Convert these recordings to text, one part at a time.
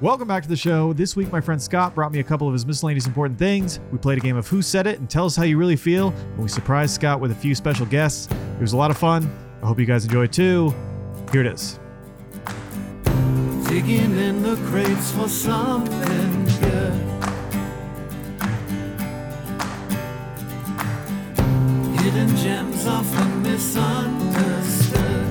Welcome back to the show. This week, my friend Scott brought me a couple of his miscellaneous important things. We played a game of Who Said It and Tell Us How You Really Feel, and we surprised Scott with a few special guests. It was a lot of fun. I hope you guys enjoyed too. Here it is. Digging in the crates for something good. Hidden gems often misunderstood.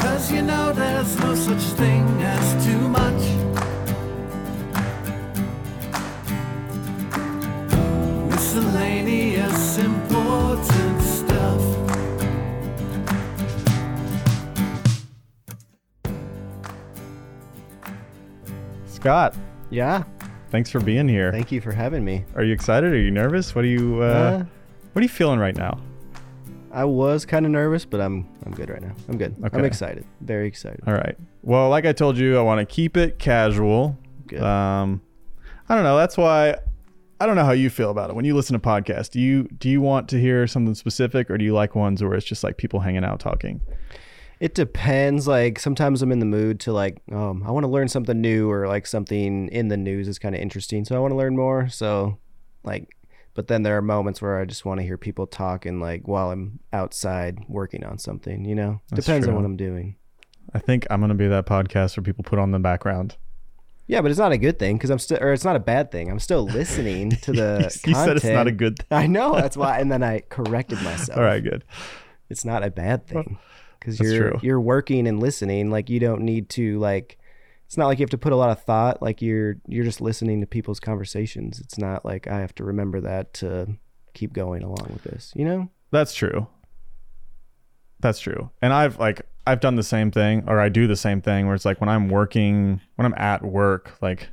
Cause you know there's no such thing as too much. Miscellaneous important stuff. Scott, Yeah, thanks for being here. thank you for having me. Are you excited? Are you nervous? What are you uh, Uh, What are you feeling right now? I was kind of nervous, but I'm I'm good right now. I'm good. I'm Okay. excited. Very excited. All right. Well, like I told you, I want to keep it casual. Good. Um, I don't know. That's why I don't know how you feel about it. When you listen to podcasts, do you do you want to hear something specific, or do you like ones where it's just like people hanging out talking? It depends. Like sometimes I'm in the mood to like, um, I want to learn something new or like something in the news is kind of interesting, so I want to learn more. So, like, but then there are moments where I just want to hear people talk and like while I'm outside working on something. You know, That's depends on true. what I'm doing. I think I'm gonna be that podcast where people put on the background. Yeah, but it's not a good thing because I'm still, or it's not a bad thing. I'm still listening to the. you said it's not a content. good. thing. I know that's why, and then I corrected myself. All right, good. it's not a bad thing because That's you're true. you're working and listening like you don't need to like it's not like you have to put a lot of thought like you're you're just listening to people's conversations it's not like i have to remember that to keep going along with this you know That's true. That's true. And I've like I've done the same thing or I do the same thing where it's like when I'm working, when I'm at work, like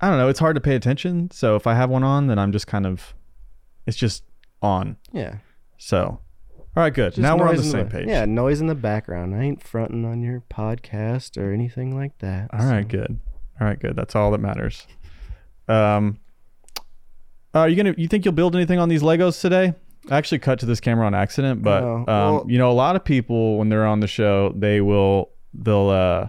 I don't know, it's hard to pay attention. So if I have one on, then I'm just kind of it's just on. yeah So all right, good. Just now we're on noise the in same page. yeah noise in the background i ain't fronting on your podcast or anything like that All right, good. All right, good. That's all that matters. Um are you gonna you think you'll build anything on these Legos today? I actually cut to this camera on accident, but Oh, um, well- you know, a lot of people when they're on the show, they will they'll uh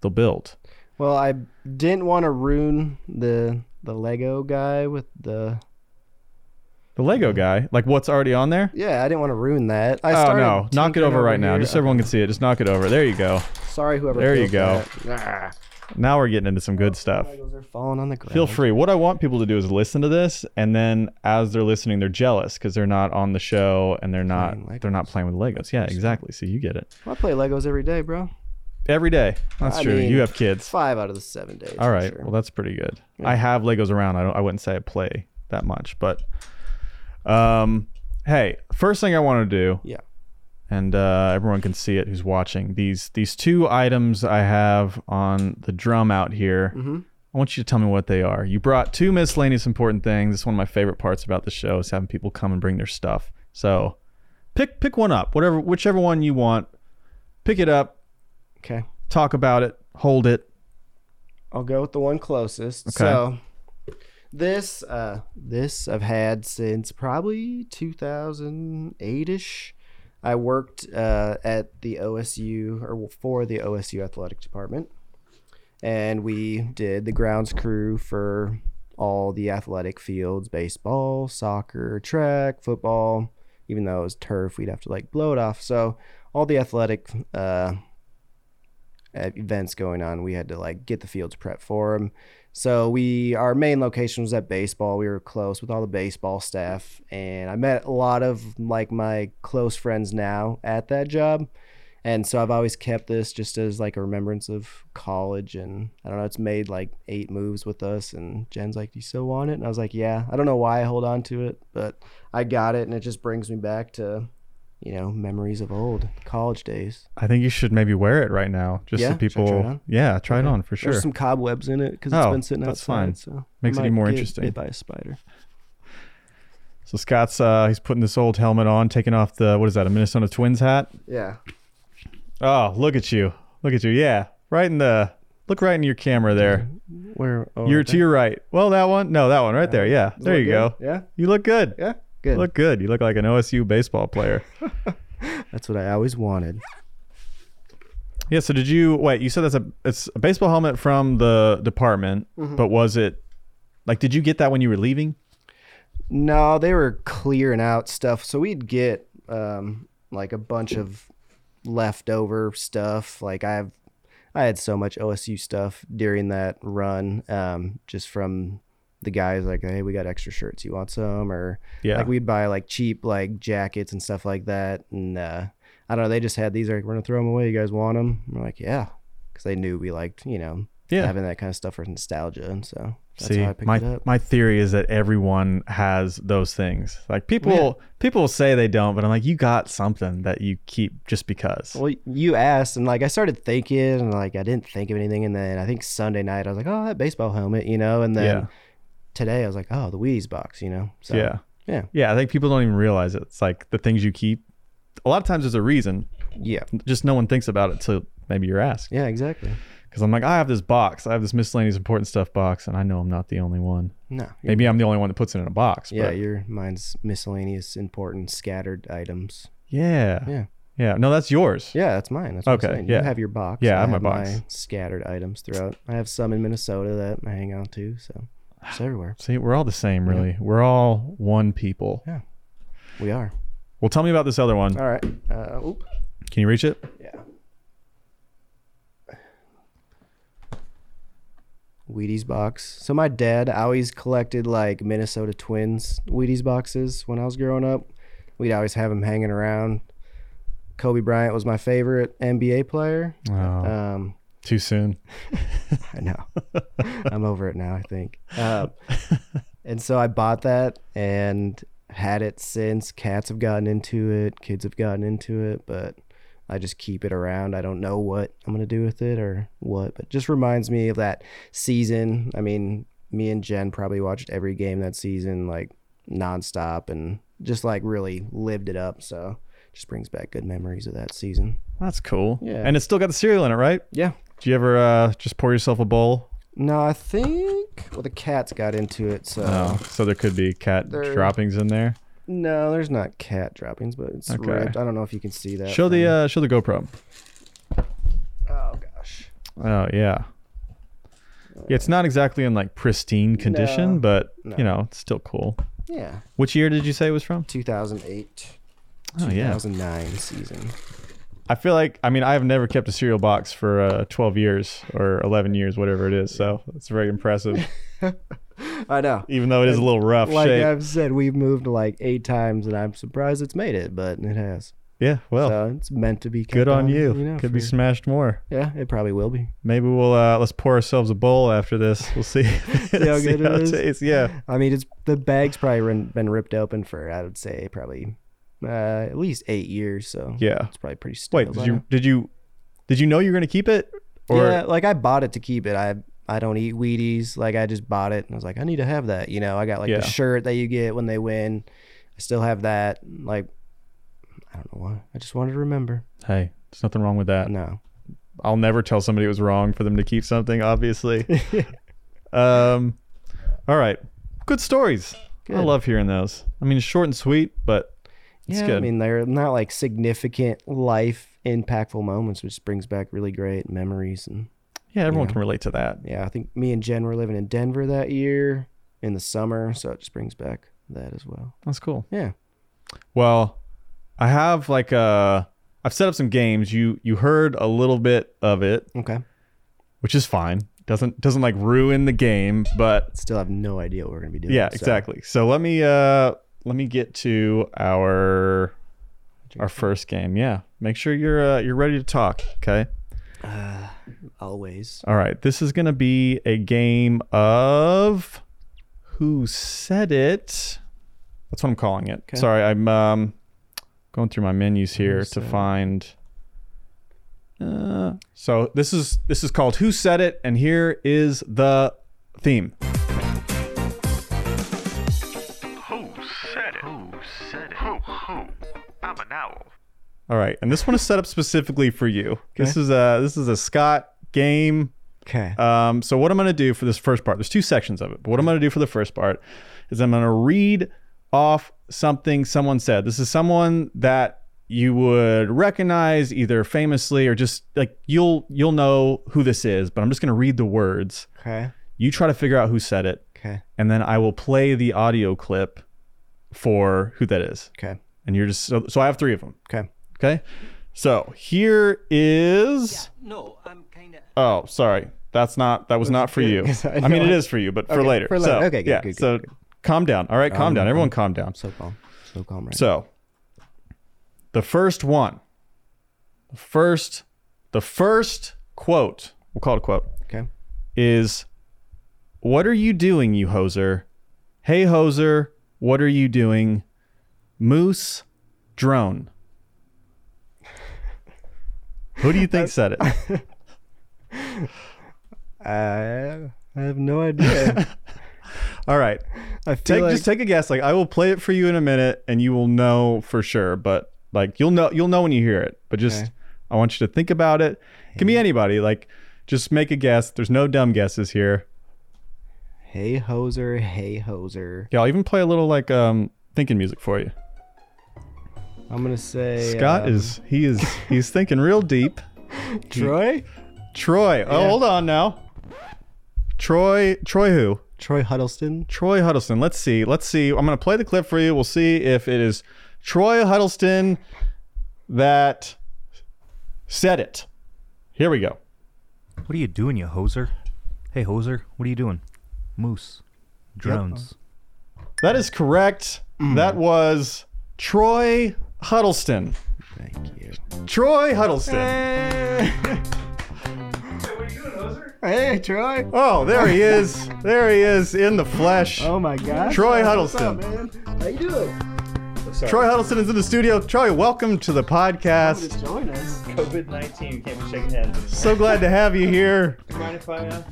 they'll build. well i didn't want to ruin the the lego guy with the The Lego guy, like what's already on there? Mm-hmm. yeah i didn't want to ruin that i oh started no, knock it tinkering over, right now, here. just so everyone can see it. Just knock it over. There you go. sorry whoever There you built go. that. Ah. Now we're getting into some Oh, good stuff. Legos are falling on the ground. Feel free. What I want people to do is listen to this, and then as they're listening, they're jealous because they're not on the show and they're not Playing Legos. they're not playing with Legos. Yeah, exactly. So you get it I play Legos every day, bro. every day. That's I true. mean, you have kids. Five out of the seven days. All for right. sure. Well, that's pretty good. I have Legos around. I don't. I wouldn't say I play that much, but um, hey, first thing I want to do yeah. and uh, everyone can see it who's watching. These these two items I have on the drum out here. I want you to tell me what they are. You brought two miscellaneous important things. It's one of my favorite parts about the show is having people come and bring their stuff. So pick pick one up, whatever whichever one you want. Pick it up, Okay. talk about it, hold it. I'll go with the one closest. So this uh this I've had since probably 2008ish. I worked uh, at the OSU or for the OSU athletic department and we did the grounds crew for all the athletic fields, baseball, soccer, track, football. Even though it was turf, we'd have to like blow it off. So all the athletic uh at uh, events going on. We had to like get the fields prepped for them. So we our main location was at baseball. We were close with all the baseball staff, and I met a lot of like my close friends now at that job. And so I've always kept this just as like a remembrance of college. And I don't know, it's made like eight moves with us. And Jen's like, Do you still want it? And I was like, Yeah. I don't know why I hold on to it, but I got it. And it just brings me back to, you know, memories of old college days. I think you should maybe wear it right now, just Yeah? so Should I people. try it on? Yeah, try it Okay. on for sure. There's some cobwebs in it because it's Oh, been sitting that's outside. fine. So I Makes it even might more get interesting. Bit by a spider. so Scott's uh, he's putting this old helmet on, taking off the what is that a Minnesota Twins hat? Yeah. Oh, look at you. Look at you. Yeah. Right in the look right in your camera there. Where? Oh, You're right to your right. Well, that one? No, that one right there. Yeah. there. There you Look go. good? Yeah. You look good. Yeah. You Good. look good. You look like an OSU baseball player. That's what I always wanted. Yeah. So did you wait? You said that's a it's a baseball helmet from the department, Mm-hmm. but was it like did you get that when you were leaving? No, they were clearing out stuff. So we'd get um, like a bunch of leftover stuff. Like I have, I had so much OSU stuff during that run, um, just from the guys like, hey, we got extra shirts. You want some? Or Yeah. like we'd buy like cheap like jackets and stuff like that. And uh, I don't know. They just had these. Like we're gonna throw them away. You guys want them? we're like, yeah, because they knew we liked you know Yeah. having that kind of stuff for nostalgia. And so that's See, how I picked my it up. my theory is that everyone has those things. Like people people say they don't, but I'm like, you got something that you keep just because. Well, you asked, and like I started thinking, and like I didn't think of anything. And then I think Sunday night, I was like, oh, that baseball helmet, you know. And then Yeah. today, I was like, oh, the Wheaties box, you know. So, yeah. yeah, Yeah. I think people don't even realize it. It's like the things you keep. A lot of times there's a reason, yeah, just no one thinks about it till maybe you're asked. yeah, exactly. Because I'm like, I have this box. I have this miscellaneous important stuff box, and I know I'm not the only one. No, you're- Maybe I'm the only one that puts it in a box. yeah, but your mine's miscellaneous, important, scattered items. yeah, Yeah. yeah. No, that's yours. Yeah, that's mine. That's what Okay, I'm saying. yeah. You have your box. Yeah, I have my scattered items throughout. I have some in Minnesota that I hang on to, so it's everywhere. See, we're all the same, really. We're all one people. Yeah. We are. Well, tell me about this other one. All right. Uh, oop. Can you reach it? Yeah. Wheaties box. So my dad always collected like Minnesota Twins Wheaties boxes when I was growing up. We'd always have them hanging around. Kobe Bryant was my favorite NBA player. Oh, Um, too soon. I know. I'm over it now, I think. Uh, and so I bought that and had it since. Cats have gotten into it, kids have gotten into it, but I just keep it around. I don't know what I'm going to do with it or what, but just reminds me of that season. I mean, me and Jen probably watched every game that season, like nonstop, and just like really lived it up. So just brings back good memories of that season. That's cool. Yeah. And it's still got the cereal in it, right? Yeah. Do you ever uh, just pour yourself a bowl? No, I think well the cats got into it, so Oh, so there could be cat There- droppings in there. No, there's not cat droppings, but it's Okay. ripped. I don't know if you can see that. Show the from- uh, show the GoPro. oh gosh. Oh yeah. Yeah, it's not exactly in like pristine condition, No. but No. you know, it's still cool. Yeah, Which year did you say it was from? 2008, Oh yeah. 2009 season. I feel like I mean I have never kept a cereal box for uh, 12 years or 11 years, whatever it is. So it's very impressive, I know. even though it is a little rough Like uh, shape. I've said, we've moved like eight times, and I'm surprised it's made it, but it has. yeah, well, so it's meant to be. Oh. good kept on you. know, Could be for- smashed more. Yeah, it probably will be. Maybe we'll uh, let's pour ourselves a bowl after this. We'll see. see how good it is. tastes. Yeah, I mean, it's the bag's probably been- been ripped open for I would say probably uh, at least eight years. So yeah. it's probably pretty stale. Wait, by did now. you did you did you know you were gonna keep it? Or yeah, like I bought it to keep it. I I don't eat Wheaties. Like I just bought it and I was like, I need to have that. You know, I got like Yeah. the shirt that you get when they win. I still have that. Like I don't know why. I just wanted to remember. hey, there's nothing wrong with that. No. I'll never tell somebody it was wrong for them to keep something, obviously. um, all right. Good stories. I Good. love hearing those. I mean, it's short and sweet, but it's yeah, good. I mean they're not like significant life impactful moments, which brings back really great memories. And yeah, everyone yeah. can relate to that. yeah, I think me and Jen were living in Denver that year in the summer, so it just brings back that as well. That's cool. Yeah. Well, I have like a. I've set up some games. You you heard a little bit of it, Okay. which is fine. Doesn't doesn't like ruin the game, but Still have no idea what we're gonna be doing. yeah so- exactly so let me uh let me get to our our first game yeah make sure you're uh, you're ready to talk okay Always. all right this is gonna be a game of who said it that's what i'm calling it sorry i'm um going through my menus here to find uh, so this is this is called who said it and here is the theme Who said it? Who said it? Who? Who? I'm an owl. All right, and this one is set up specifically for you. This is a this is a Scott game. Okay. Um, so what I'm going to do for this first part, there's two sections of it. But what I'm going to do for the first part is I'm going to read off something someone said. This is someone that you would recognize either famously or just like you'll you'll know who this is, but I'm just gonna read the words. Okay. You try to figure out who said it, Okay. and then I will play the audio clip for who that is. Okay. And you're just so, so I have three of them. Okay. Okay. So here is No, I'm kinda. Oh, sorry. That's not that was not for you. 'cause I I mean know it I- is for you, but for Okay, later. for later. So, Okay, good, yeah, good, good, so good. calm down. All right, calm down. Everyone calm down. So calm. So calm right So the first one, the first, the first quote, we'll call it a quote, now. Okay. is What are you doing, you hoser? Hey, hoser, what are you doing? Moose drone. Who do you think said it? I I have no idea. All right. I feel Take like just take a guess. Like I will play it for you in a minute and you will know for sure, but like you'll know you'll know when you hear it. But just Okay. I want you to think about it. Can be anybody. Like just make a guess. There's no dumb guesses here. hey hoser, hey hoser. Yeah, I'll even play a little like um thinking music for you. I'm gonna say Scott um, is he is he's thinking real deep. Troy. Troy. Oh, Yeah. hold on now. Troy Troy who? Troy Huddleston. Troy Huddleston. Let's see. Let's see. I'm gonna play the clip for you. We'll see if it is Troy Huddleston that said it. Here we go. What are you doing, you hoser? Hey, hoser, what are you doing? Moose. Drones. Mm. That is correct. That was Troy Huddleston. Thank you. Troy Huddleston. Hey Troy. Oh, there he is. There he is in the flesh. Oh my gosh. Troy Huddleston. man? How you doing? Troy Huddleston is in the studio. Troy, welcome to the podcast. Just join us. COVID 19 can't be shaking hands. So glad to have you here. Mind if I uh,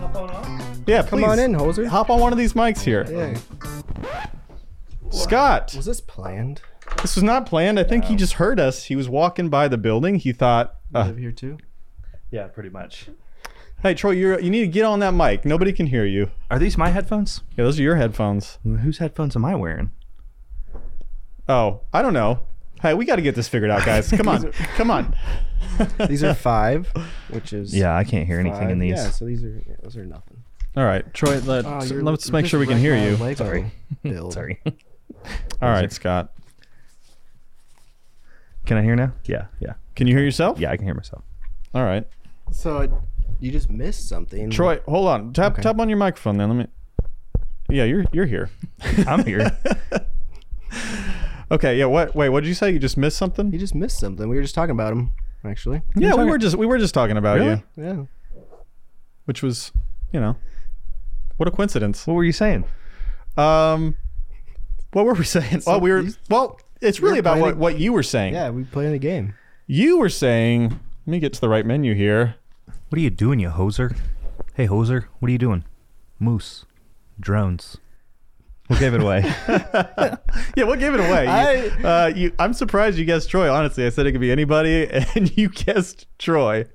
hop on off? Yeah, please. Come on in, hoser. Hop on one of these mics here. Yeah. Scott. Was this planned? This was not planned. I think he just heard us. He was walking by the building. He thought, uh, Live here too. Yeah, pretty much. "Hey, Troy, you you need to get on that mic. Nobody can hear you." Are these my headphones? Yeah, those are your headphones. Whose headphones am I wearing? Oh, I don't know. Hey, we got to get this figured out, guys. Come on, come on. These are five, which is Yeah, I can't hear anything in five. these. Yeah, so these are yeah, those are nothing. All right, Troy. Let, Oh, us you're- let's you make just sure we can wrecked hear my you. Lego Sorry. build. Sorry. All right, Scott. Can I hear now? Yeah, yeah. Can you hear yourself? Yeah, I can hear myself. All right, So it, you just missed something. Troy. Hold on. Tap tap on your microphone. Then let me. Yeah, you're you're here. I'm here. Okay. Yeah. What? Wait. What did you say? You just missed something? You just missed something. We were just talking about him, actually. yeah. We were just we were just talking about you, Really? Yeah. which was, you know, what a coincidence. what were you saying? Um, what were we saying? well, we were. Well, it's really about what, planning- what you were saying. Yeah, we playing the game. You were saying. Let me get to the right menu here. What are you doing, you hoser? Hey, hoser, what are you doing? Moose. Drones. We gave it away. Yeah, what gave it away? You- I- uh, you, I'm surprised you guessed Troy. Honestly, I said it could be anybody, and you guessed Troy.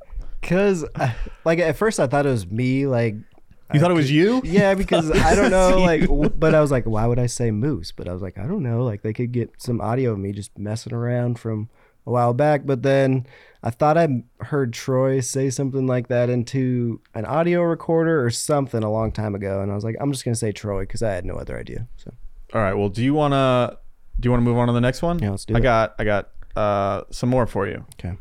Cause, uh, like, at first I thought it was me. Like, uh, You thought it was you? yeah, because I don't know. was Like, you. w- but I was like, why would I say moose? But I was like, I don't know. Like, they could get some audio of me just messing around from a while back. But then I thought I heard Troy say something like that into an audio recorder or something a long time ago, and I was like, I'm just gonna say Troy because I had no other idea. So All right. Well, do you wanna do you wanna move on to the next one? Yeah, let's do I it. got I got uh, some more for you. okay,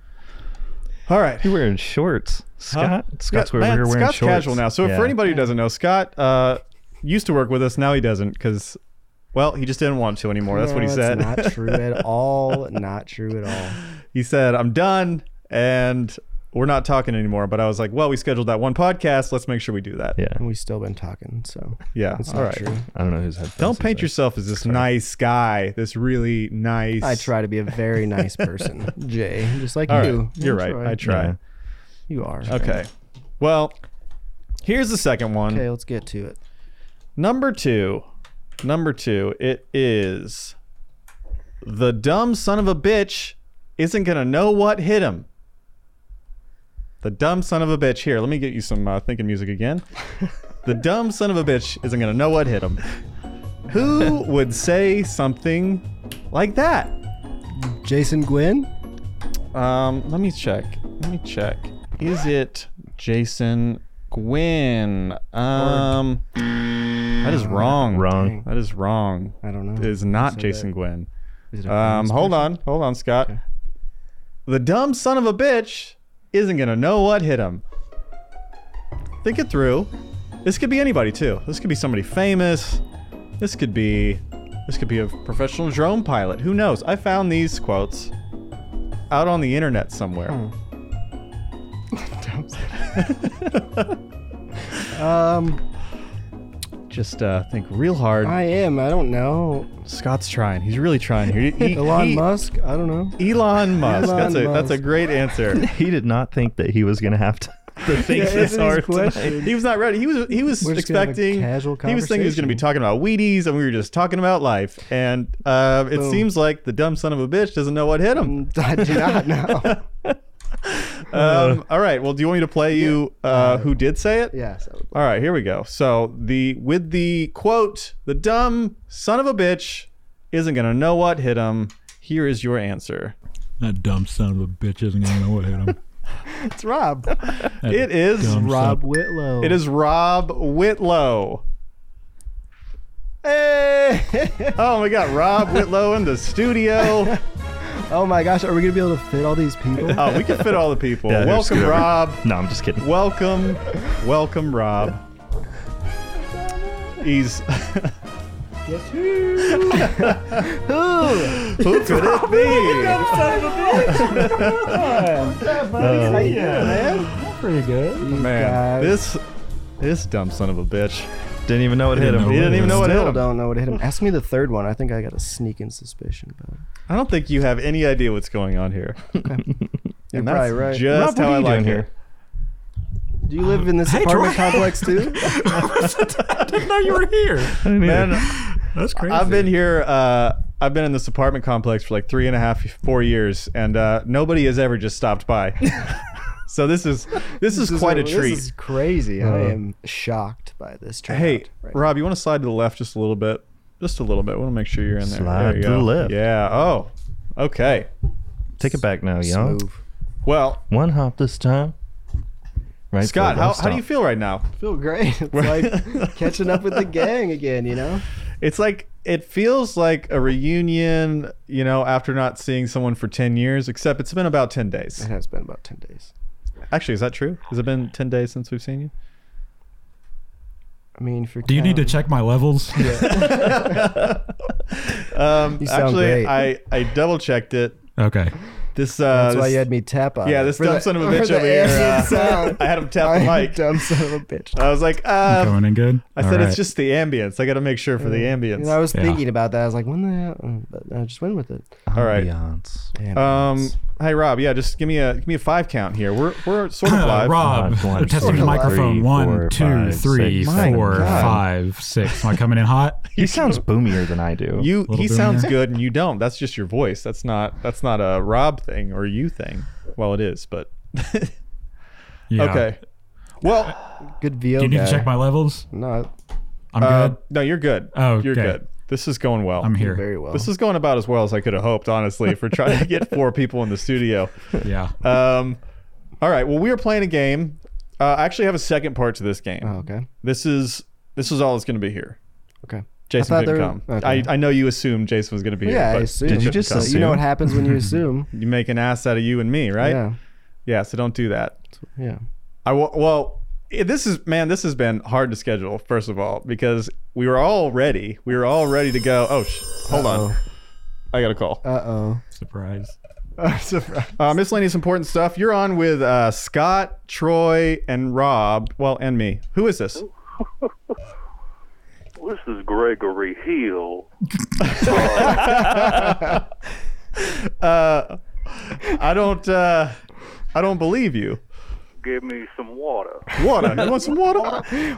All right. You're wearing shorts. Scott? Scott's Yeah, over man, here wearing Scott's shorts. casual now. So Yeah. for anybody who doesn't know, Scott uh, used to work with us. Now he doesn't because, well, he just didn't want to anymore. That's what he said. Not true at all. Not true at all. he said, "I'm done and we're not talking anymore." But I was like, "Well, we scheduled that one podcast. Let's make sure we do that." Yeah. And we've still been talking, so Yeah. it's All not right. true. I don't know whose headphones. Don't paint these are. yourself as this nice guy, this really nice. I try to be a very nice person, Jay, just like All right. you. You're Yeah, right. Troy. I try. You are. Okay. Well, here's the second one. Okay, let's get to it. Number two. Number two. It is the dumb son of a bitch isn't gonna know what hit him. The dumb son of a bitch. Here, let me get you some uh, thinking music again. the dumb son of a bitch isn't gonna know what hit him. Who would say something like that? Jason Gwynn? Um, let me check. Let me check. Is it Jason Gwynn? Um, that is wrong. Wrong. That is wrong. I don't know. It is not So Jason Gwynn. Is it a Um, famous hold person? on, hold on, Scott. The dumb son of a bitch isn't gonna know what hit him. Think it through. This could be anybody too. This could be somebody famous. This could be this could be a professional drone pilot. Who knows? I found these quotes out on the internet somewhere. Hmm. Um, Just uh, think real hard. I am. I don't know. Scott's trying. He's really trying here. He- he- Elon he- Musk? I don't know. Elon Musk. Elon that's a that's a Musk. great answer. He did not think that he was going to have to, to think Yeah, this isn't his hard. tonight. question. He was not ready. He was he was We're just gonna have a expecting casual He was thinking he was going to be talking about Wheaties, and we were just talking about life. And uh, it Boom. seems like the dumb son of a bitch doesn't know what hit him. I do not know. Mm-hmm. Um, all right. Well, do you want me to play you uh, who did say it? yes. I would- All right. Here we go. So the with the quote, the dumb son of a bitch isn't going to know what hit him. Here is your answer. That dumb son of a bitch isn't gonna know what hit him. It's Rob. That It is dumb son- Rob Whitlow. It is Rob Whitlow. Hey! oh my God, Rob Whitlow in the studio. Oh my gosh, are we gonna be able to fit all these people? Oh, we can fit all the people. Yeah, here's welcome, whoever- Rob. No, I'm just kidding. Welcome, welcome, Rob. He's. who? who could it be? pretty good. Uh, Man, this this dumb son of a bitch. Didn't even know it hit him. know He didn't even know what hit Still him. don't know what hit him. Ask me the third one. I think I got a sneaking suspicion. But I don't think you have any idea what's going on here. you're And that's probably right. Rob, what just how are I you like doing here. here? Do you live in this apartment complex too? No, you were here. Man, That's crazy. I've been here. Uh, I've been in this apartment complex for like three and a half, four years, and uh, nobody has ever just stopped by. so this is this, is, quite a This treat. Uh, is crazy. I am shocked by this. Turnout Hey, right Rob, you want to slide to the left just a little bit? Just a little bit. We want to make sure you're in there. Slide There you to the go. left. Yeah. Oh. Okay. Take it back now, now. y'all. Smooth. Well, One hop this time. Right. Scott, foot, how, left how do you stomp. feel right now? Feel great. It's like catching up with the gang again. You know. It's like it feels like a reunion, you know, after not seeing someone for ten years. Except it's been about ten days. It has been about ten days. Actually, is that true? Has it been ten days since we've seen you? I mean, for Do you need to check my levels? Um, You sound actually, great. I I double checked it. Okay. This uh, That's why this- you had me tap on. yeah, it. this For dumb the- son of a for bitch the over here. ambient uh, sound. I had him tap the I'm a mic. Dumb son of a bitch. I was like, uh, Going in good? I All said it's right. just the ambience. I got to make sure for the ambience. And I was Yeah. thinking about that. I was like, when the hell? Mm, But I just went with it. All right. Beyonce. Um. Hey, Rob. Yeah, just give me a give me a five count here. We're we're sort of live. Rob, Five, one, testing two, the microphone. three, One, four, two, five, three, six. four, My five, six. God. Am I coming in hot? He sounds boomier than I do. You Little he bit sounds more. good and you don't. That's just your voice. That's not that's not a Rob thing or you thing. Well, it is, but Yeah. okay. Well, Good VO. Do you need guy. to check my levels? No, I'm uh, good. no, you're good. Oh, you're okay. good. This is going well. I'm here. very well. This is going about as well as I could have hoped, honestly, for trying to get four people in the studio. Yeah. Um, all right. Well, we are playing a game. Uh, I actually have a second part to this game. oh, okay. This is this is all that's going to be here. Okay. Jason thought couldn't there- come. okay. I, I know you assumed Jason was going to be Yeah, here. I but assume. he Did you couldn't just come. You know what happens when you assume. You make an ass out of you and me, right? Yeah. Yeah, so don't do that. Yeah. I w- well, it- this is man, this has been hard to schedule. First of all, because we were all ready, we were all ready to go. Oh, sh- hold on, I got a call. Uh oh. Surprise. Uh, miscellaneous important stuff. You're on with uh, Scott, Troy, and Rob. Well, and me. Who is this? This is Gregory Hill. Uh, I don't. Uh, I don't believe you. Give me some water. Water. You want some water?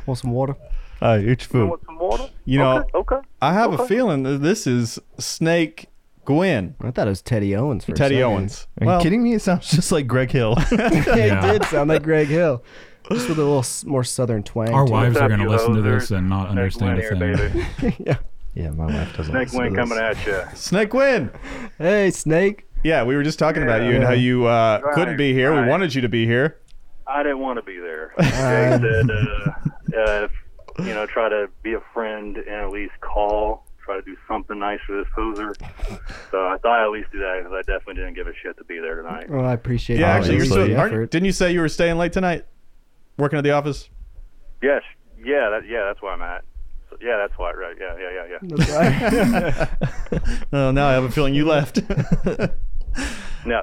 Want some water? Uh, it's food. Want some water? You know, Okay. Oh. okay. I have a feeling that this is Snake Gwyn, I thought it was Teddy Owens. For a Teddy second. Owens. Are you kidding me? It sounds just like Greg Hill. it Yeah. did sound like Greg Hill, just with a little s- more southern twang. Our to wives What's are up, going to you listen to losers? this and not Snake understand a Wynn thing. here, baby. it. yeah. yeah, my wife doesn't. Snake listen Wynn to this. coming at you. Snake Gwyn. Hey, Snake. Yeah, we were just talking about you and Yeah. how you uh, Right, couldn't be here. right. We wanted you to be here. I didn't want to be there. Jay said, uh, uh, you know, try to be a friend and at least call, try to do something nice for this poser. So I thought I'd at least do that because I definitely didn't give a shit to be there tonight. Oh. Well, I appreciate Yeah, all actually, you're Oh, the still, aren't, you- effort. didn't you say you were staying late tonight, working at the office? Yes, yeah, that, yeah, that's where I'm at. So, yeah, that's why, right? Yeah, yeah, yeah, yeah. That's right. Oh, now I have a feeling you left. Uh, No.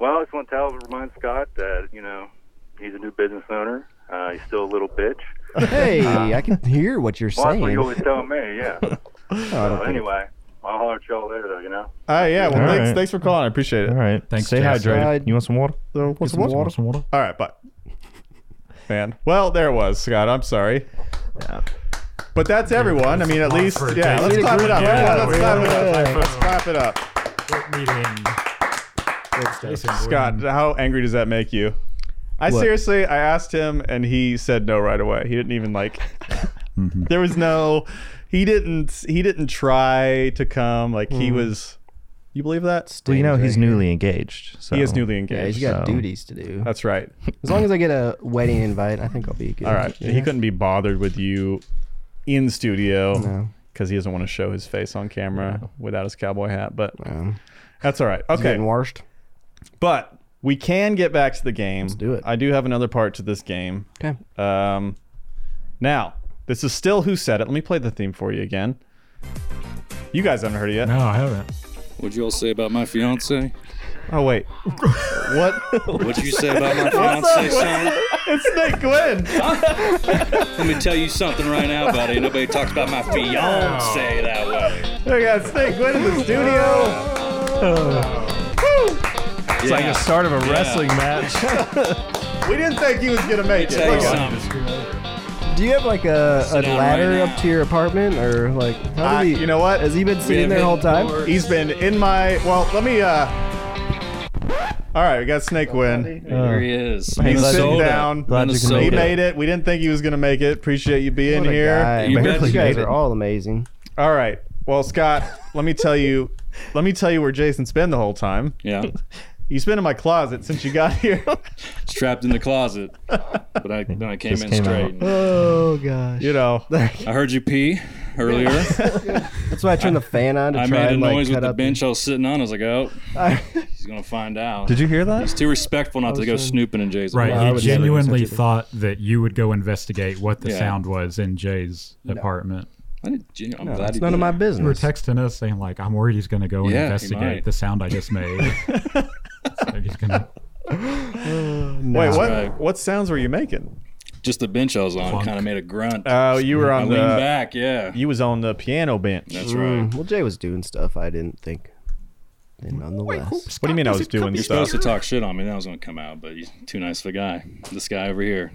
Well, I just want to tell, remind Scott that you know he's a new business owner. Uh, he's still a little bitch. hey, I can hear what you're Well, that's what saying. you always tell me. Yeah. I don't so anyway, I'll holler at y'all later, though. You know. Oh yeah, well All thanks, right. thanks for calling. I appreciate it. All right. Thanks, Stay Jess. hydrated. Uh, you want some water? So, what's some what's- water. Want some water? All right, bye. Man, well there it was Scott. I'm sorry. But that's everyone. I mean, at Lots least for a yeah. day. Let's We clap it up. agree. Yeah, Everyone, we let's clap it up. Let's clap it up. Scott, how angry does that make you? I What? seriously, I asked him, and he said no right away. He didn't even like. there was no. He didn't. He didn't try to come. Like he Mm-hmm. was. You believe that? Well, you know Stands he's right here. newly engaged. So. He is newly Yeah, engaged. he's got so- duties to do. That's right. As long as I get a wedding invite, I think I'll be good. All right. Yeah. He couldn't be bothered with you in studio No. because he doesn't want to show his face on camera without his cowboy hat. But Um, that's all right. Okay. Getting washed. But we can get back to the game. Let's do it. I do have another part to this game. Okay. Um, now, this is still Who Said It. Let me play the theme for you again. You guys haven't heard it yet. No, I haven't. What'd y'all say about my fiance? Oh, wait. what? What'd you say about my fiance, son? it's Nick Glenn. Let me tell you something right now, buddy. Nobody talks about my fiance that way. We got Snake Glenn in the studio. It's like the start of a wrestling We didn't think he was going to make it. Tell you Look at him. something. Do you have like a, a down right ladder now. up to your apartment, or like how Uh, did he? you know what? Has he been sitting have there the whole hidden time? doors. He's been in my. Well, let me. uh All right, we got Snake Win. There he is. He's sitting Minnesota. down. Glad you can Minnesota. He make it. made it. We didn't think he was gonna make it. Appreciate you being What a here. guy. You Man, bet you he guys made are it. all amazing. All right. Well, Scott, let me tell you. Let me tell you where Jason's been the whole time. Yeah. He's been in my closet since you got here. Trapped in the closet. But I, then I came Just in came out. straight. Oh gosh. you know. I heard you pee earlier. That's why I turned the fan on to I try made a and like noise cut with the up. bench I was sitting on. I was like, oh, he's going to find out. Did you hear that? He's too respectful not to go snooping in Jay's Right, apartment. he never do genuinely such a thing. thought that you would go investigate what the Yeah. sound was in Jay's apartment. I didn't genu- I'm No, glad that's he none did. of my You were business. texting us saying like, "I'm worried he's going to go and Yeah, he might. investigate the sound I just made." So he's gonna- Wait, what? right. What sounds were you making? Just the bench I was on Funk. kind of made a grunt. Oh, you were I on leaned the. back, yeah. You was on the piano bench. That's right. Mm, well, Jay was doing stuff I didn't think. And nonetheless, What do you mean I was doing You're stuff? supposed to talk shit on me. That was going to come out, but he's too nice of a guy. This guy over here.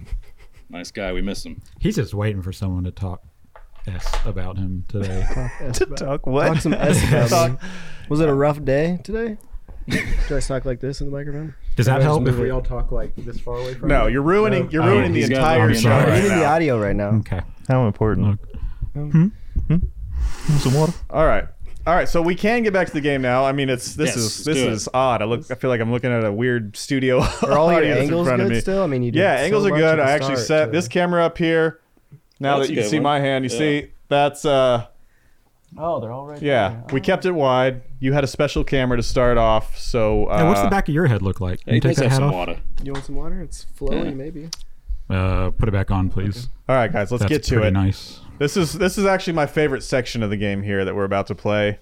Nice guy. We miss him. he's just waiting for someone to talk s about him today. Talk what? talk some S about me. Talk- Was it a rough day today? Do I talk like this in the microphone? Does that help if we all? talk like this far away from No, you're ruining. You're Oh, ruining the he's got- entire I'm show. sorry. I'm right eating the now. audio right now. Okay. How important? Look. Want Some water. All right. All right, so we can get back to the game now. I mean, it's this Yes, is this let's do it. is odd. I look, I feel like I'm looking at a weird studio. Are all your audience in angles front of good me. still? I mean, you did Yeah, so angles are much good. at I the actually start set to- this camera up here. Now That's that a you can good see one. my hand, you Yeah. see that's uh Oh, they're all right. yeah. We kept it wide. You had a special camera to start off, so uh, Hey, what's the back of your head look like? Can He you take does that have hat some off? water. You want some water? It's flowing, maybe. Uh, put it back on, please. All right, guys, let's That's get to pretty it. nice. This is this is actually my favorite section of the game here that we're about to play.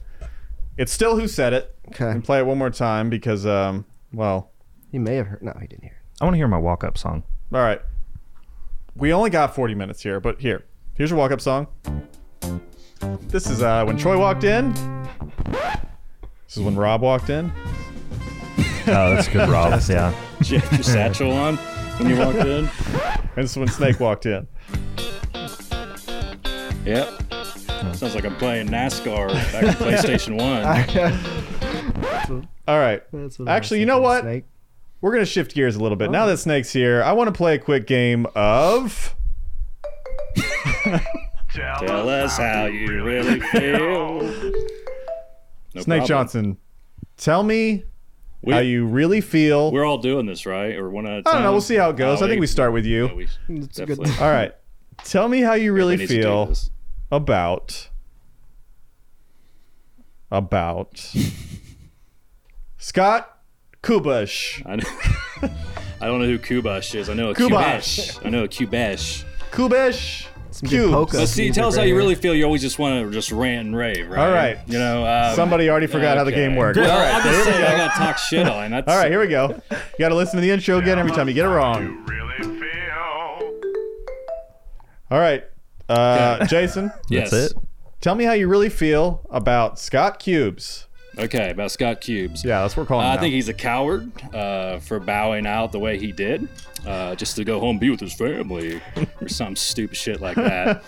It's still who said it. Okay. And play it one more time because um well He may have heard. No, he didn't hear. I want to hear my walk-up song. all right. We only got 40 minutes here, but here. Here's your walk-up song. This is uh when Troy walked in. This is when Rob walked in. Oh, that's good, Rob. yeah. Did you have your satchel on when you walked in? And this is when Snake walked in. Yep. Sounds like I'm playing NASCAR back in PlayStation 1. All right. That's what Actually, you know what? Snake. We're going to shift gears a little bit. Now that Snake's here, I want to play a quick game of. Tell us how you really feel. No Snake problem. Johnson, tell me We- how you really feel. We're all doing this, right? Or one at a I time? don't know. We'll see how it goes. Oh, I think wait. we start with you. Yeah, we That's a good- definitely- All right. Tell me how you we really need to do feel this. about about Scott Kubash. I know- I don't know who Kubash is. I know a Kubash. Kubash. I know a Kubash. Kubish. Some good Cubes. polka. But see, music tell us how right you here. really feel. You always just want to just rant and rave, right? All right. You know, um, Somebody already forgot how the game okay. works. Well, All right. I'm just saying I got to talk shit on. That's, All right, here we go. You got to listen to the intro again every time you get it wrong. really feel. All right. Uh, Okay. Jason, Yes. That's it. tell me how you really feel about Scott Cubes. Okay, about Scott Cubes. Yeah, that's what we're Uh, calling him I now. think he's a coward uh, for bowing out the way he did, uh, just to go home and be with his family or some stupid shit like that.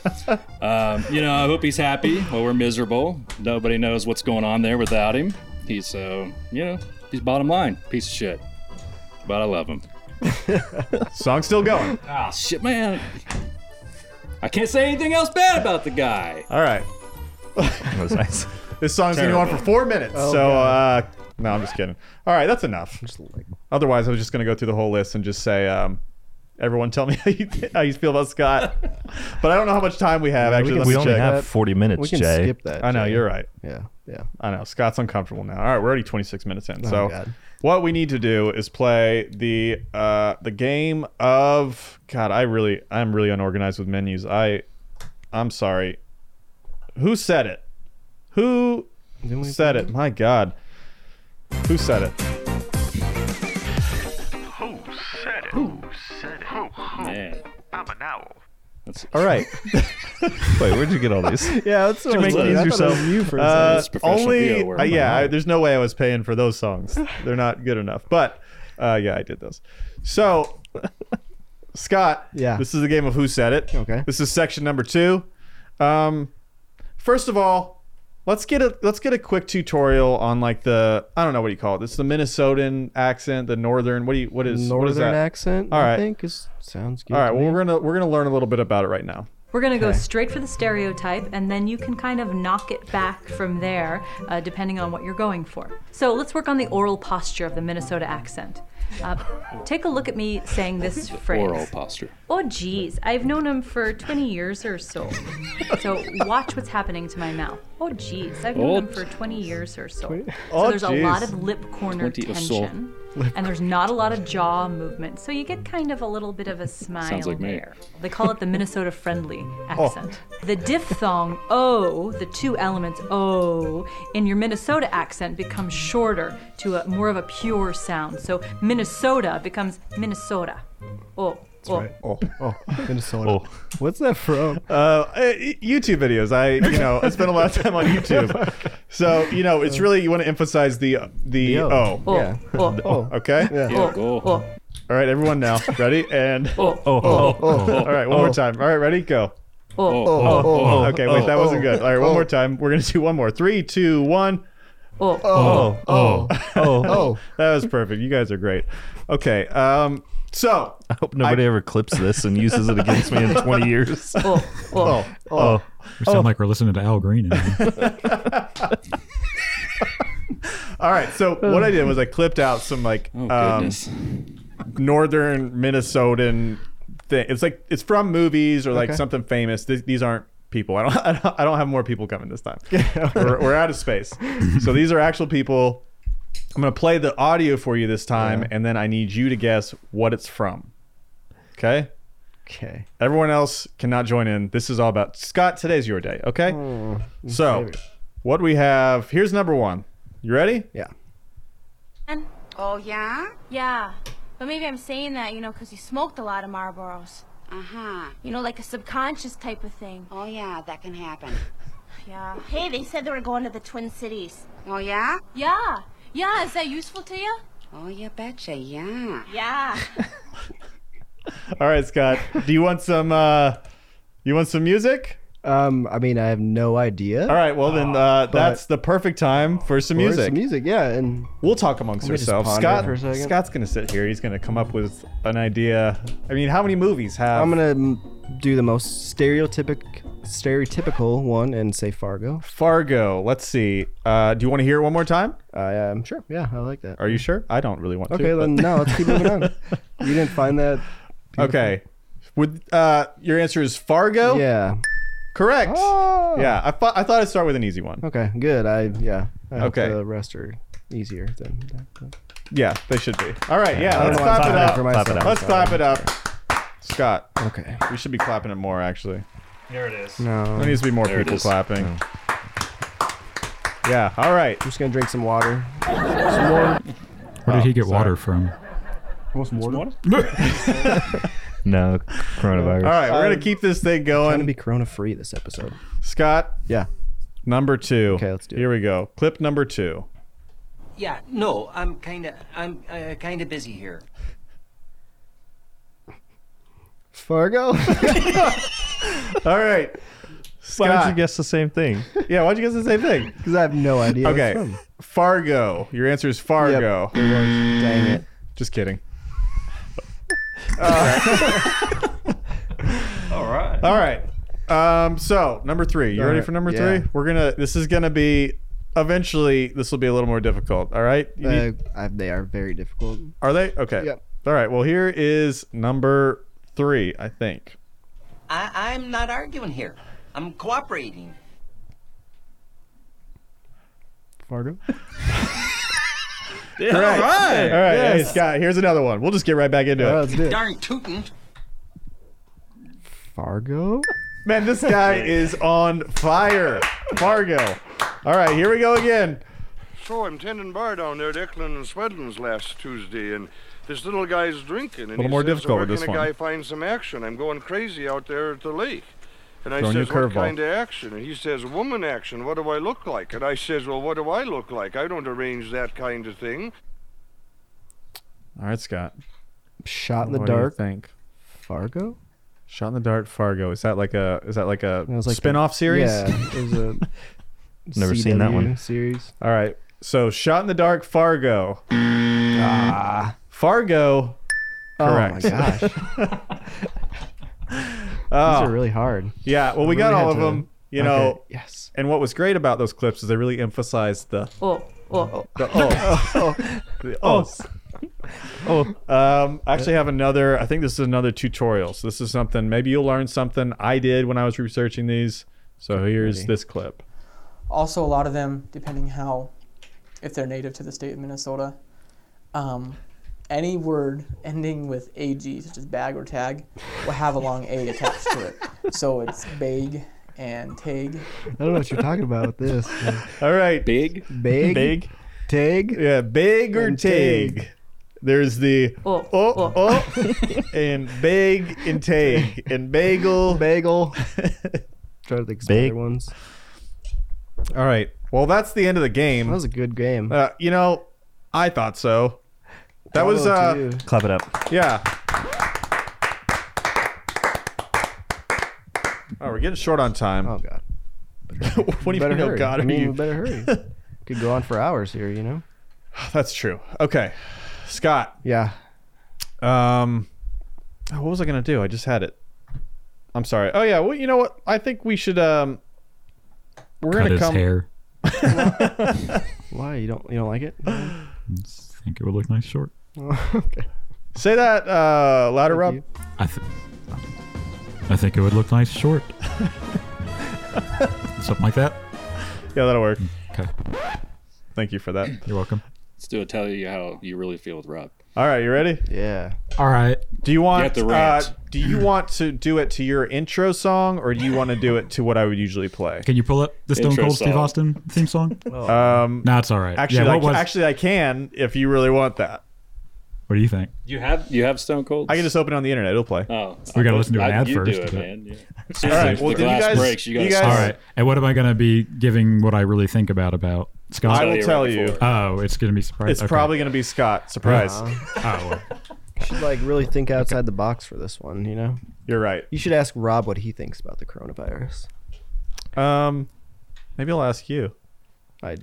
um, you know, I hope he's happy. Well, we're miserable. Nobody knows what's going on there without him. He's, uh, you know, he's bottom line piece of shit. But I love him. Song's still going. Ah, shit, man. I can't say anything else bad about the guy. All right. That was nice. This song's going to go on for four minutes. so, uh, no, I'm just kidding. All right, that's enough. Otherwise, I was just going to go through the whole list and just say, um, everyone tell me how you, how you feel about Scott. but I don't know how much time we have, actually. can- Let's we only check. have that. 40 minutes, We can Jay. skip that. I know, Jay. you're right. Yeah, yeah. I know. Scott's uncomfortable now. All right, we're already 26 minutes in. so God. what we need to do is play the uh the game of God, I really I'm really unorganized with menus. I I'm sorry. Who said it? Who said it? My God. Who said it? Who said it? Who said it? Who? who? Man, I'm an owl. that's, All right. Wait, where'd you get all these? Yeah, that's what Did you make these yourself? Uh, It's professional only video work. uh, yeah. I, there's no way I was paying for those songs. They're not good enough. But uh, yeah, I did those. So Scott, Yeah. this is the game of who said it. Okay. This is section number two. Um, first of all, let's get a let's get a quick tutorial on like the I don't know what do you call it. This is the Minnesotan accent, the northern. What do you what is what is Northern that? accent. All I right. think is sounds good. All right. to Well, me. we're gonna we're gonna learn a little bit about it right now. We're going to go straight for the stereotype, and then you can kind of knock it back from there, uh, depending on what you're going for. So let's work on the oral posture of the Minnesota accent. Uh, take a look at me saying this phrase. oral posture. Oh, geez, I've known him for 20 years or so. So watch what's happening to my mouth. Oh, geez, I've known Oh, him for 20 years or so. So Oh, there's a lot geez. of lip corner 20 or so. tension, and there's not a lot of jaw movement. So you get kind of a little bit of a smile like me. Oh. there. They call it the Minnesota friendly accent. Oh, The diphthong O, the two elements O, in your Minnesota accent becomes shorter to a more of a pure sound. So Minnesota becomes Minnesota. Oh, oh. Minnesota. What's that from? uh, eh, YouTube videos. I you know I spend a lot of time on YouTube, so you know it's really you want to emphasize the uh, the The O. oh. Oh, Yeah. oh, oh, Okay. Yeah, oh, go. oh, All right, everyone now ready and all oh, oh, right one more time. All right, ready go. oh, oh, oh, Okay, wait that wasn't good. All right, one more time. We're gonna do one more. Three, two, one. oh. Oh, oh, oh. Oh, That was perfect. You guys are great. Okay. Um. So. I hope nobody ever clips this and uses it against me in 20 years. oh, oh. Oh, We sound like we're listening to Al Green. in here. All right. So what I did was I clipped out some like Oh, um, goodness. northern Minnesotan thing. It's like it's from movies or like Okay. something famous. Th- these aren't people. I don't, I don't. I don't have more people coming this time. we're, we're out of space. So these are actual people. I'm gonna play the audio for you this time, and then I need you to guess what it's from. Okay. okay. Everyone else cannot join in. This is all about Scott. Today's your day. Okay. Hmm, so, what we have here's number one. You ready? Yeah. Oh, yeah? Yeah, but maybe I'm saying that, you know, because you smoked a lot of Marlboros. Uh huh. You know, like a subconscious type of thing. Oh, yeah, that can happen. Yeah. Hey, they said they were going to the Twin Cities. Oh, yeah? Yeah. Yeah, is that useful to you? Oh, you betcha, yeah. Yeah. All right, Scott. do you want some? uh You want some music? Um, I mean, I have no idea. All right, well then, uh, that's the perfect time for some Or music. some music, yeah, and We'll talk amongst me just ourselves. ponder Scott, for a second. Scott's gonna sit here. He's gonna come up with an idea. I mean, how many movies have? I'm gonna mm, do the most stereotypic, stereotypical one and say Fargo. Fargo. Let's see. Uh, do you want to hear it one more time? I am sure. Yeah, I like that. Are you sure? I don't really want Okay, to. but- then no, let's keep moving on. You didn't find that. Okay. Would uh, your answer is Fargo? Yeah. Ah. Correct. Yeah. I thought I thought I'd start with an easy one. Okay, good. I yeah. I hope Okay. The rest are easier than that. Yeah, they should be. All right. Yeah, Yeah. I Let's don't know why clap I'm it clapping up. for myself. Clap it up. Let's clap it up. Scott. Okay. We should be clapping it more actually. Here it is. No. There needs to be more There it people is. clapping. Yeah. All right. I'm just gonna drink some water. Some water. Where Oh, did he get sorry. water from? Want some water? No, coronavirus. All right, we're gonna keep this thing going. Um, Trying to be corona free this episode. Scott. Yeah. Number two. Okay, let's do Here we go. Clip number two. Yeah, no, I'm kind of I'm uh, kind of busy here. Fargo. All right. Why Scott. did you guess the same thing? yeah, why'd you guess the same thing? Because I have no idea. what it's okay. from. Fargo. Your answer is Fargo. Dang it. Just kidding. Uh, All right. All right. Um, so number three. You All ready right. for number Yeah. three? We're gonna this is gonna be eventually this will be a little more difficult. All right. You Uh, need- I, they are very difficult. are they? Okay. Yep. All right. Well here is number three, I think. I I'm not arguing here. I'm cooperating. Fargo. All right. All right. Hey, Scott, here's another one. We'll just get right back into All right, it. let's do it. Darn tootin'. Fargo. Man, this guy is on fire. Fargo. All right, here we go again. So I'm tending bar down there at Eklund and Swedlin's last Tuesday, and this little guy's drinking. And Little he more says, difficult "Where with this can a one. guy find some action? I'm going crazy out there at the lake. And I Throwing you a says, what curveball. kind of action? And he says, woman action. What do I look like? And I says, well, what do I look like? I don't arrange that kind of thing. All right, Scott. Shot in the What do you dark. think? Fargo. Shot in the Dart Fargo. Is that like a is that like a It was like spin-off the- series? Yeah, it was a Never seen that one. series. All right. So, Shot in the Dark Fargo. Ah. Fargo. Correct. Oh my gosh, these Oh. are really hard. Yeah, well I we got really had all of to- them, you Okay, know. Yes. And what was great about those clips is they really emphasized the Oh, oh, The oh. The ohs. Um, I actually have another. I think this is another tutorial. So this is something. Maybe you'll learn something I did when I was researching these. So here's Maybe. this clip. also a lot of them depending how if they're native to the state of minnesota um, any word ending with ag such as bag or tag will have a long a attached to it so it's bag and tag I don't know what you're talking about with this. All right. Big. Big. Big. Tag. Yeah, big or And tag. tag. There's the oh oh, and big and tag and bagel bagel. Try to think of some Big. other ones. All right. Well, that's the end of the game. That was a good game. Uh, you know, I thought so. That was Bravo to uh, you. Clap it up. yeah. Oh, we're getting short on time. Oh God. what do you Better mean? Oh hurry. God, I are mean, you? we better hurry. Could go on for hours here, you know. That's true. Okay, Scott. Yeah. Um, oh, what was I gonna do? I just had it. I'm sorry. Oh yeah. Well, you know what? I think we should. Um, we're Cut gonna his come. hair. Why you don't you don't like it? I think it would look nice short. okay. Say that uh, louder, Rob. I, th- I think it would look nice short. Something like that. Yeah, that'll work. Okay. Thank you for that. You're welcome. Let's do it. Tell you how you really feel with Rob. All right, you ready? Yeah. All right. Do you want? Get the uh, rant. do you want to do it to your intro song, or do you want to do it to what I would usually play? Can you pull up the Stone Intro Cold Steve song. Austin theme song? Um, no, it's all right. Actually, yeah, I, what, was, actually, I can if you really want that. what do you think? You have you have Stone Cold. I can just open it on the internet; it'll play. Oh, We gotta listen to an I- ad you first, uh, Do it, but- man. Yeah. As soon All as right, the well, then you glass guys- breaks, you you gotta guys- All stop. right. And what am I going to be giving what I really think about about Scott? I will tell you. Oh, it's going to be surprise. It's okay. probably going to be Scott. Surprise. Oh, You should like really think outside the box for this one, you know? You're right. You should ask Rob what he thinks about the coronavirus. Um, maybe I'll ask you. I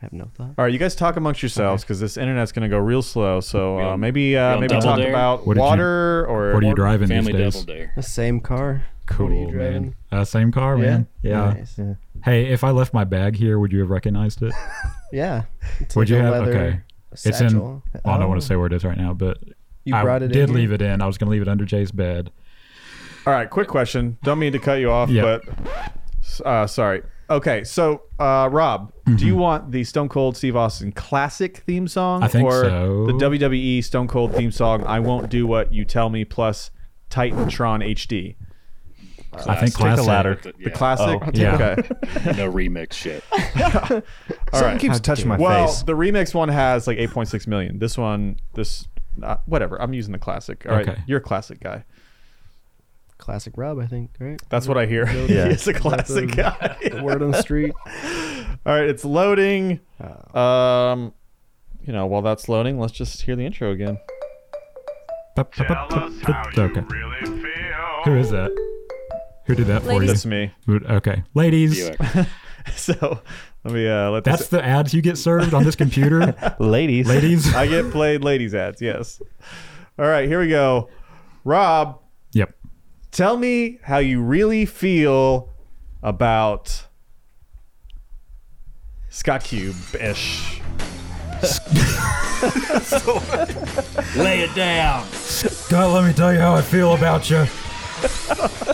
have no thought. All right, you guys talk amongst yourselves because this internet's going to go real slow. So We uh, on- maybe we uh, on maybe Double talk Dare? about What did you- water or what are you driving these family days? Double Dare. The same car. Cool, What are you man. driving? Uh, same car, Yeah? man. Yeah. Nice. Yeah. Hey, if I left my bag here, would you have recognized it? Yeah. It's like would you a have? leather Okay. It's in. satchel. Well, I don't want Oh. to say where it is right now, but You I brought it in did here? leave it in. I was going to leave it under Jay's bed. All right, quick question. Don't mean to cut you off, Yeah. but uh, sorry. Okay, so uh, Rob, do you want the Stone Cold Steve Austin classic theme song I think or so. the WWE Stone Cold theme song I won't do what you tell me plus Titantron HD? I think classic. The classic? Okay. no remix shit. All Something right. keeps touching my well, face. the remix one has like 8.6 million. This one, this, uh, whatever. I'm using the classic. All right. Okay. You're a classic guy. Classic Rob, I think, right? That's what I hear. Go Yeah. to- He's a go to classic the- guy. the word on the street. All right. It's loading. Oh. Um, you know, while that's loading, let's just hear the intro again. okay. Who is that? Who did that for you? Ladies. That's me. Who- Okay, ladies. so let me uh, let That's this. the ads you get served on this computer. ladies. Ladies. I get played ladies ads. Yes. All right, here we go. Rob. Yep. Tell me how you really feel about Scott Cube ish. Lay it down. God, let me tell you how I feel about you.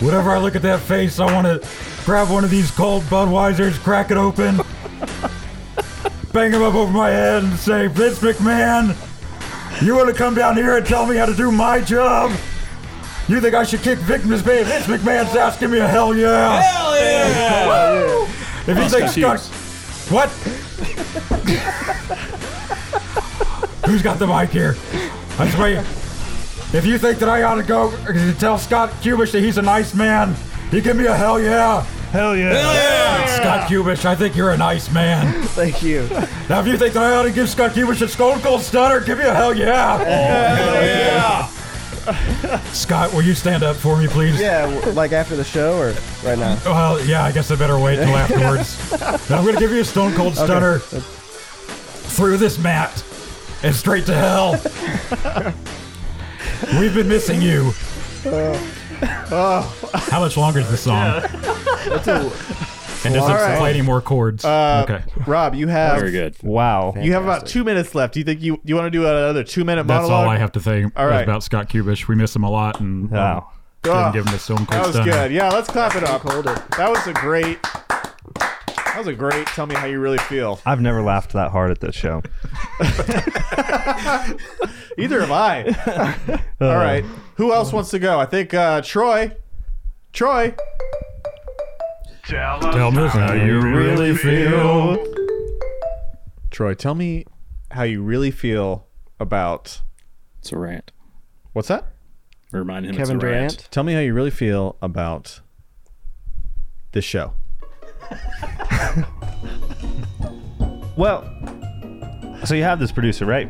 Whenever I look at that face, I want to grab one of these cold Budweisers, crack it open, bang him up over my head, and say, Vince McMahon, you want to come down here and tell me how to do my job? You think I should kick Vic McMahon? Vince McMahon's ass, give me a hell yeah! Hell yeah! If you think Scott. What? Who's got the mic here? I swear. If you think that I ought to go uh, tell Scott Cubish that he's a nice man, you give me a hell yeah. Hell yeah. Hell yeah. Scott Cubish, I think you're a nice man. Thank you. Now, if you think that I ought to give Scott Cubish a stone cold stunner, give me a hell yeah. hell yeah. Scott, will you stand up for me, please? Yeah, w- like after the show or right now? Well, yeah, I guess I better wait till afterwards. Now, I'm going to give you a stone cold Okay. stunner through this mat and straight to hell. We've been missing you. Uh, oh. How much longer is this song? And does All it right. play any more chords? Uh, okay. Rob, you have Very good. Wow, you have about two minutes left. Do you think you you want to do another two minute That's monologue? all I have to think All right. about Scott Kubish. We miss him a lot, and um, didn't Oh, give him the stone That cold was stunner. good. Yeah, let's clap it up. That was a great. That was a great. Tell me how you really feel. I've never laughed that hard at this show. Either have I. Uh, All right. Who else wants to go? I think uh, Troy. Troy. Tell me how you really feel. Troy, tell me how you really feel about. It's a rant. What's that? Remind him Kevin it's a rant. Durant? Tell me how you really feel about this show. Well, so you have this producer, right,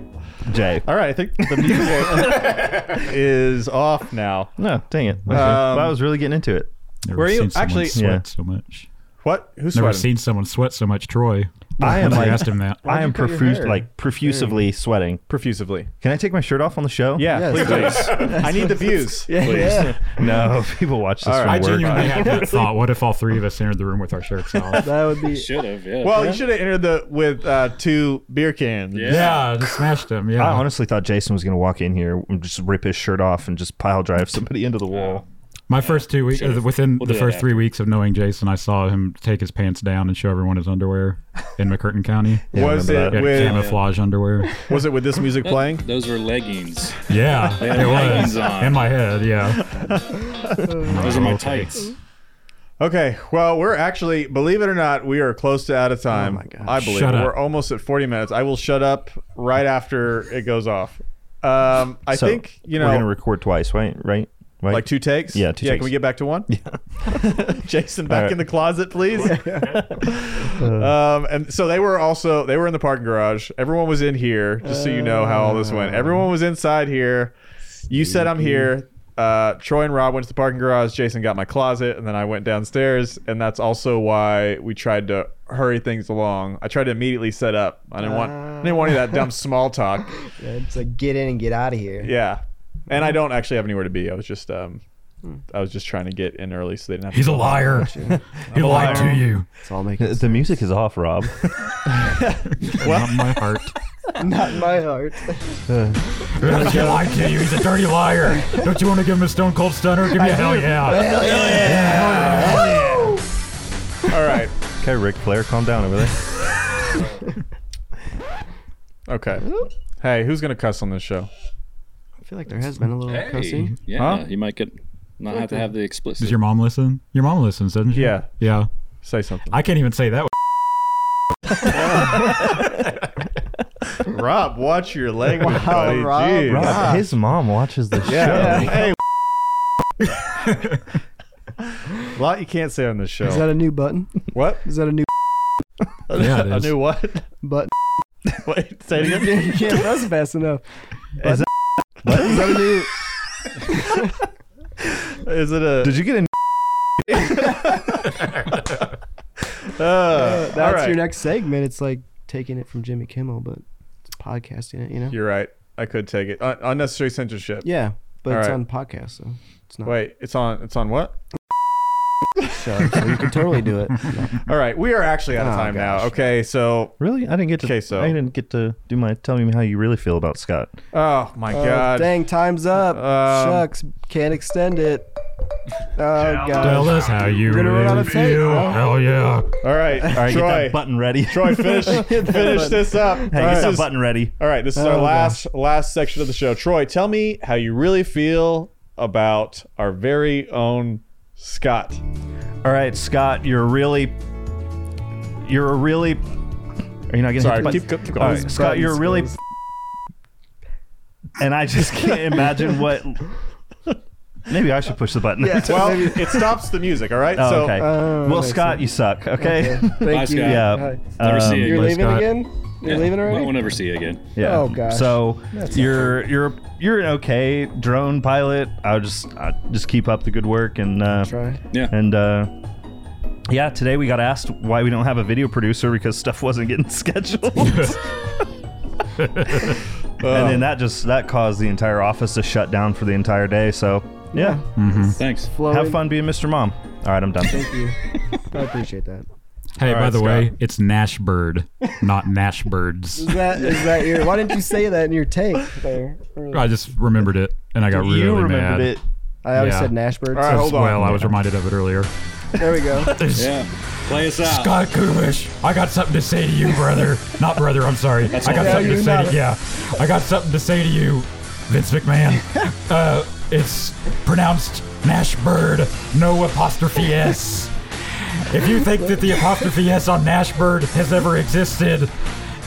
Jay? All right, I think the music is off now. No, dang it. Okay. Um, Well, I was really getting into it. Never Were you- seen someone actually- sweat yeah. so much. What? Who's Never sweating? seen someone sweat so much, Troy. I am Once like, asked him that. I am profuse, like profusively sweating. Profusively. Can I take my shirt off on the show? Yeah, please. I need the views. Please. No, people watch this. All from right. I work. genuinely had that thought. What if all three of us entered the room with our shirts off? That would be. Should have. Yeah. Well, you should have entered the with uh, two beer cans. Yeah, just smashed him. Yeah. I honestly thought Jason was going to walk in here and just rip his shirt off and just pile drive somebody into the wall. My first two weeks, Sure. within We'll the do that first three weeks of knowing Jason, I saw him take his pants down and show everyone his underwear in McCurtain County. Yeah, I Was remember it that. with- camouflage underwear? Was it with this music playing? Those were leggings. Yeah, They had it was leggings on. in my head. Yeah. Those are my tights. Okay. Well, we're actually, believe it or not, we are close to out of time. Oh my God. I believe Shut up. we're almost at 40 minutes. I will shut up right after it goes off. Um, I So, think you we're going to know, record twice, right? Right? right? like two takes. Yeah, two yeah. takes. Can we get back to one? Yeah. Jason, back All right. Uh. in the closet, please. um, and so they were also they were in the parking garage. Everyone was in here, just so you know how all this went. Everyone was inside here. You said I'm here. Uh, Troy and Rob went to the parking garage. Jason got my closet, and then I went downstairs, and that's also why we tried to hurry things along. I tried to immediately set up. I didn't want I didn't want any of that dumb small talk. It's like get in and get out of here. Yeah, and I don't actually have anywhere to be. I was just um, I was just trying to get in early so they didn't have. He's to a liar. He I'm a lied liar. to you. It's all The, the music is off, Rob. What? Not my heart. Not in my heart. Uh, he lied to you. He's a dirty liar. Don't you want to give him a stone cold stunner? Give me a hell yeah. Hell yeah. All right. Okay, Ric Flair, calm down over there. Okay. Hey, who's gonna cuss on this show? I feel like there has been a little Hey, yeah, he might get not have to have the explicit. Does your mom listen? Your mom listens, doesn't she? Yeah. Yeah. Say something. I can't even say that. Rob, watch your language, Wow, buddy. Rob. Jeez. Rob, his mom watches the show. Yeah. Hey. a lot you can't say on this show. Is that a new button? What? Is that a new? Yeah, it is. A new what? Button. Wait, say it again. you can't buzz fast enough. Is Button. Is that a new? Is it a? Did you get a? uh, Uh, all that's right. your next segment. It's like taking it from Jimmy Kimmel, but it's podcasting it. You know? You're right. I could take it. Un- unnecessary censorship. Yeah, but All it's right. on podcast, so it's not. Wait, it's on. It's on what? So, so you can totally do it. All right, we are actually out of Oh, time now. gosh. Okay, so Really? I didn't get to. Okay, so- I didn't get to do my. Tell me how you really feel about Scott. oh my Uh, Oh, god, Dang, time's up. Um, Shucks, can't extend it. Oh god. Tell us how you We're gonna run out really of tape. feel. Oh. Hell yeah. All right, All right, Troy, get that button ready. Troy, finish Get that finish button. this up. Hey, All get right, that this is- button ready. All right, this is our Oh, last last section of the show. Troy, tell me how you really feel about our very own Scott. All right, Scott, you're really, you're a really. Are you not getting? Sorry, hit the keep button? go- keep going. All right, These Scott, you're buttons really. goes- And I just can't imagine what. Maybe I should push the button. well, it stops the music. All right, Oh, so uh, okay. well, Scott, you suck. Okay. Bye, Scott. Yeah. Never see you Um, again. You're Yeah, leaving already? We'll never see you again. Yeah. Oh, gosh. So That's you're you're you're an okay drone pilot. I'll just I just keep up the good work and uh, try. Yeah. And uh, yeah, today we got asked why we don't have a video producer because stuff wasn't getting scheduled. and then that just that caused the entire office to shut down for the entire day. So yeah, Thanks. have fun being Mr. Mom. All right, I'm done. Thank you. I appreciate that. Hey, All by right, the way, it's Nash Bird, not Nash Birds. Is that is that your? Why didn't you say that in your tank there? I just remembered it and I got really You remembered mad. it. I always said Nash Bird. All right, That's- hold on. Well, I was reminded of it earlier. There we go. Yeah. Play us out. Scott Kulish, I got something to say to you, brother. Not brother, I'm sorry. That's I got all. something No, to you're say not. to yeah. I got something to say to you, Vince McMahon. uh, it's pronounced Nash Bird, no apostrophe S. If you think that the apostrophe S on Nash Bird has ever existed,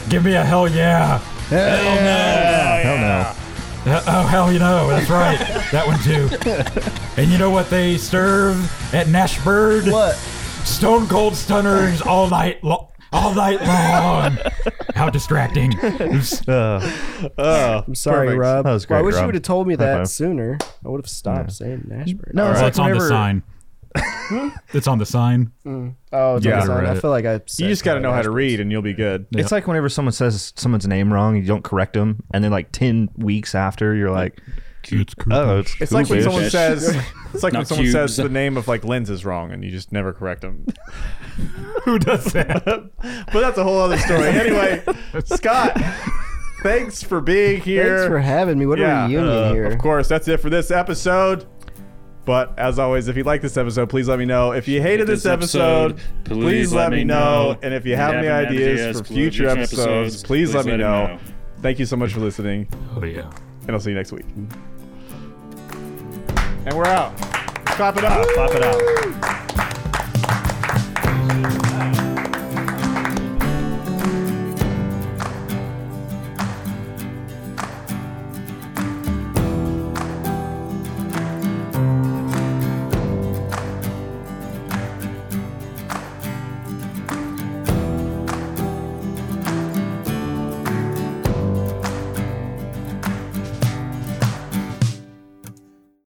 give me a hell yeah. Hell, no. Hell no. Uh, oh, hell you know. That's right. that one too. And you know what they serve at Nashbird? What? Stone Cold Stunners all night long. All night long. How distracting. I'm sorry, perfect. Rob. That was Well, I great, wish Rob. you would have told me High that five. sooner. I would have stopped saying Nash Bird. No, it's, like on the whenever- Hmm? sign. it's on the sign. Mm. Oh, it's on Yeah. the sign. I Right. feel like I. you just got to know how to read, and you'll be good. It's like whenever someone says someone's name wrong, you don't correct them, and then like ten weeks after, you're like, "Oh, it's, It's like when Kubish." someone says it's like when Not someone says cubes. the name of like lens is wrong and you just never correct them. Who does that? but that's a whole other story. Anyway, Scott, thanks for being here. Thanks for having me. What Yeah, a reunion uh, here. Of course, that's it for this episode. But as always, if you like this episode, please let me know. If you hated this this episode, episode, please, let me know. And if you have any ideas, for future episodes, please, let me know. Thank you so much for listening. Oh yeah. And I'll see you next week. And we're out. Clap it up. Clap it up.